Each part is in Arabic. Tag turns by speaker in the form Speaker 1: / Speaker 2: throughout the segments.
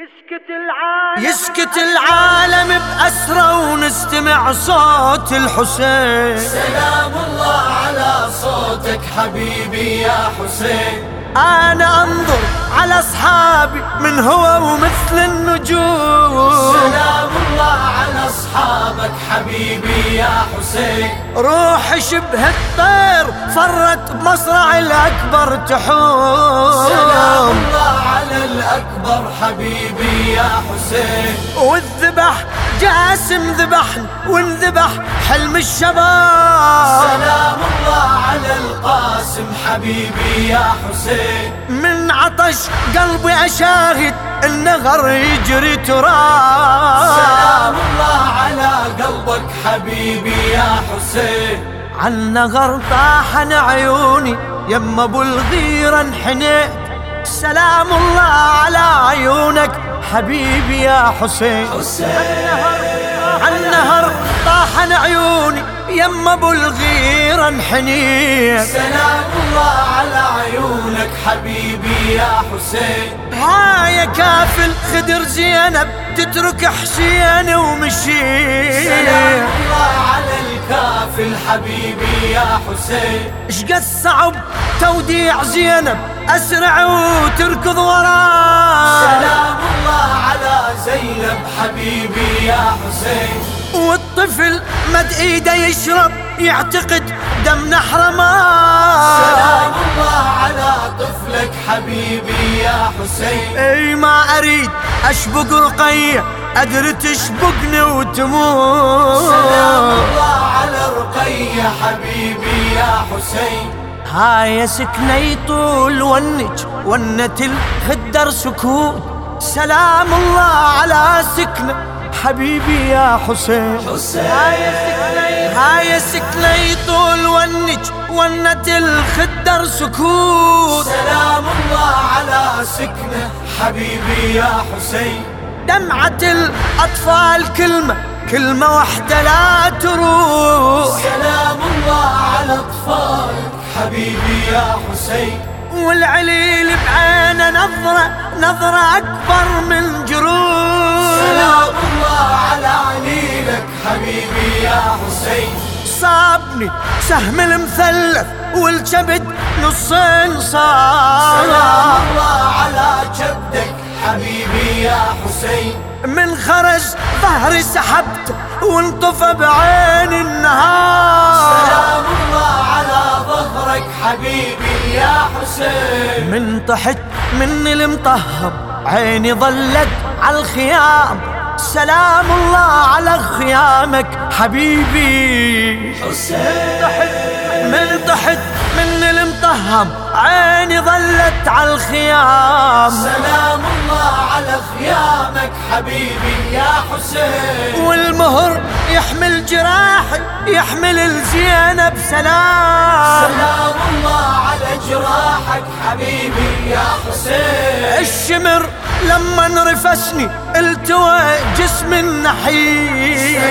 Speaker 1: يسكت العالم
Speaker 2: يسكت العالم بأسرة ونستمع صوت الحسين
Speaker 3: سلام الله على صوتك حبيبي يا حسين
Speaker 2: أنا أنظر على أصحابي من هو ومثل النجوم
Speaker 3: سلام الله على أصحابك حبيبي يا حسين
Speaker 2: روح شبه الطير فرت بمصرع الأكبر
Speaker 3: سلام
Speaker 2: تحوم
Speaker 3: الله على الأكبر حبيبي يا حسين
Speaker 2: والذبح جاسم ذبحن وانذبح حلم الشباب
Speaker 3: سلام الله على القاسم حبيبي يا حسين
Speaker 2: من عطش قلبي أشاهد النهر يجري تراب
Speaker 3: سلام الله على قلبك حبيبي يا حسين
Speaker 2: عالنهر طاحن عيوني يم ابو الغيره انحنيت سلام الله على عيونك حبيبي يا حسين عالنهر طاحن عيوني يم ابو الغيره انحنيت
Speaker 3: سلام الله على عيونك حبيبي يا حسين
Speaker 2: هاي كافل خدر زينب تترك حسين ومشيت
Speaker 3: سلام الله على الكافل حبيبي يا حسين
Speaker 2: شقد صعب توديع زينب اسرع وتركض وراه
Speaker 3: سلام الله على زينب حبيبي يا حسين
Speaker 2: والطفل مد ايده يشرب يعتقد دم نحر ما
Speaker 3: سلام الله على طفلك حبيبي يا حسين
Speaker 2: اي ما اريد اشبق رقية ادري تشبقني
Speaker 3: سلام
Speaker 2: وتموت
Speaker 3: الله على رقية حبيبي يا حسين
Speaker 2: هاي سكني طول ونج ونت الخدر سكوت سلام الله على سكنة حبيبي يا حسين هاي سكني طول ونج ونت الخدر سكوت
Speaker 3: سلام الله على سكنة حبيبي يا حسين
Speaker 2: دمعة الأطفال كلمة كلمة واحدة لا تروح
Speaker 3: سلام الله على أطفالك حبيبي يا حسين
Speaker 2: والعليل بعينه نظرة نظرة أكبر من جروح
Speaker 3: سلام الله على عليلك حبيبي يا حسين
Speaker 2: صابني سهم المثلث والكبد نصين
Speaker 3: سلام
Speaker 2: صار
Speaker 3: الله على جدك حبيبي يا حسين
Speaker 2: من خرج ظهري سحبته وانطفى بعين النهار
Speaker 3: سلام الله على ظهرك حبيبي يا حسين
Speaker 2: من طحت مني المطهب عيني ظلت على الخيام سلام الله على خيامك حبيبي من طحت مني المطهب عيني ظلت على الخيام
Speaker 3: سلام الله على خيامك حبيبي يا حسين
Speaker 2: والمهر يحمل جراحي يحمل الزينب سلام
Speaker 3: سلام الله على جراحك حبيبي يا حسين
Speaker 2: الشمر لما انرفسني التوى جسم النحيل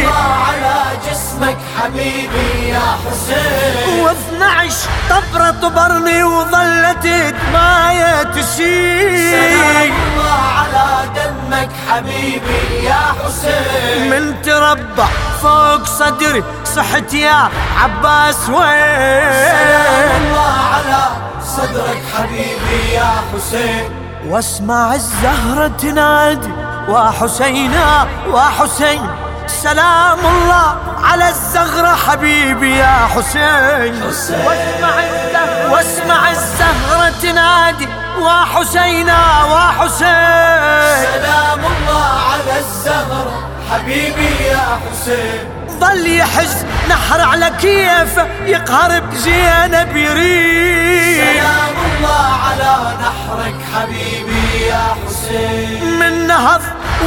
Speaker 3: الله على جسمك حبيبي يا حسين
Speaker 2: واثنعش طبرة طبرني وظلت دماية
Speaker 3: سلام
Speaker 2: تسيل
Speaker 3: الله على دمك حبيبي يا حسين
Speaker 2: من تربع فوق صدري صحت يا عباس
Speaker 3: سلام
Speaker 2: وين
Speaker 3: الله على صدرك حبيبي يا حسين
Speaker 2: واسمع الزهرة تنادي وحسينا وحسين سلام الله على الزغرة حبيبي يا حسين واسمع الزهرة واسمع الزهرة تنادي وحسينا وحسين
Speaker 3: سلام الله على الزهرة حبيبي يا حسين
Speaker 2: ظل يحز نحر على كيفه يقهر بزينب يريد
Speaker 3: سلام الله على نحرك حبيبي يا حسين
Speaker 2: من نهض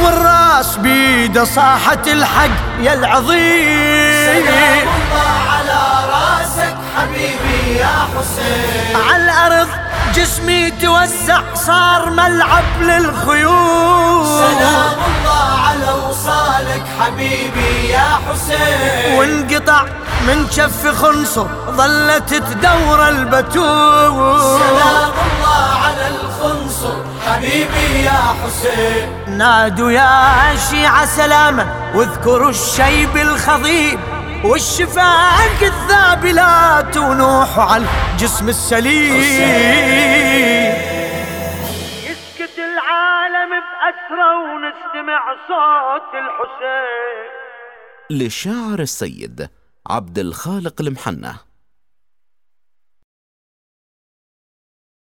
Speaker 2: والراس بيده صاحت الحق يا
Speaker 3: سلام
Speaker 2: العظيم
Speaker 3: الله على راسك حبيبي يا حسين
Speaker 2: على الارض جسمي توزع صار ملعب للخيول
Speaker 3: سلام الله على وصالك حبيبي يا حسين
Speaker 2: وانقطع من شف خنصر ظلت تدور البتول
Speaker 3: سلام الله على الخنصر حبيبي يا حسين
Speaker 2: نادوا يا شيعة سلاما واذكروا الشيب الخضيب والشفاء الكذاب لا تنوحوا على الجسم السليم
Speaker 1: يسكت العالم بأسرة ونستمع صوت الحسين
Speaker 4: للشاعر السيد عبد الخالق المحنة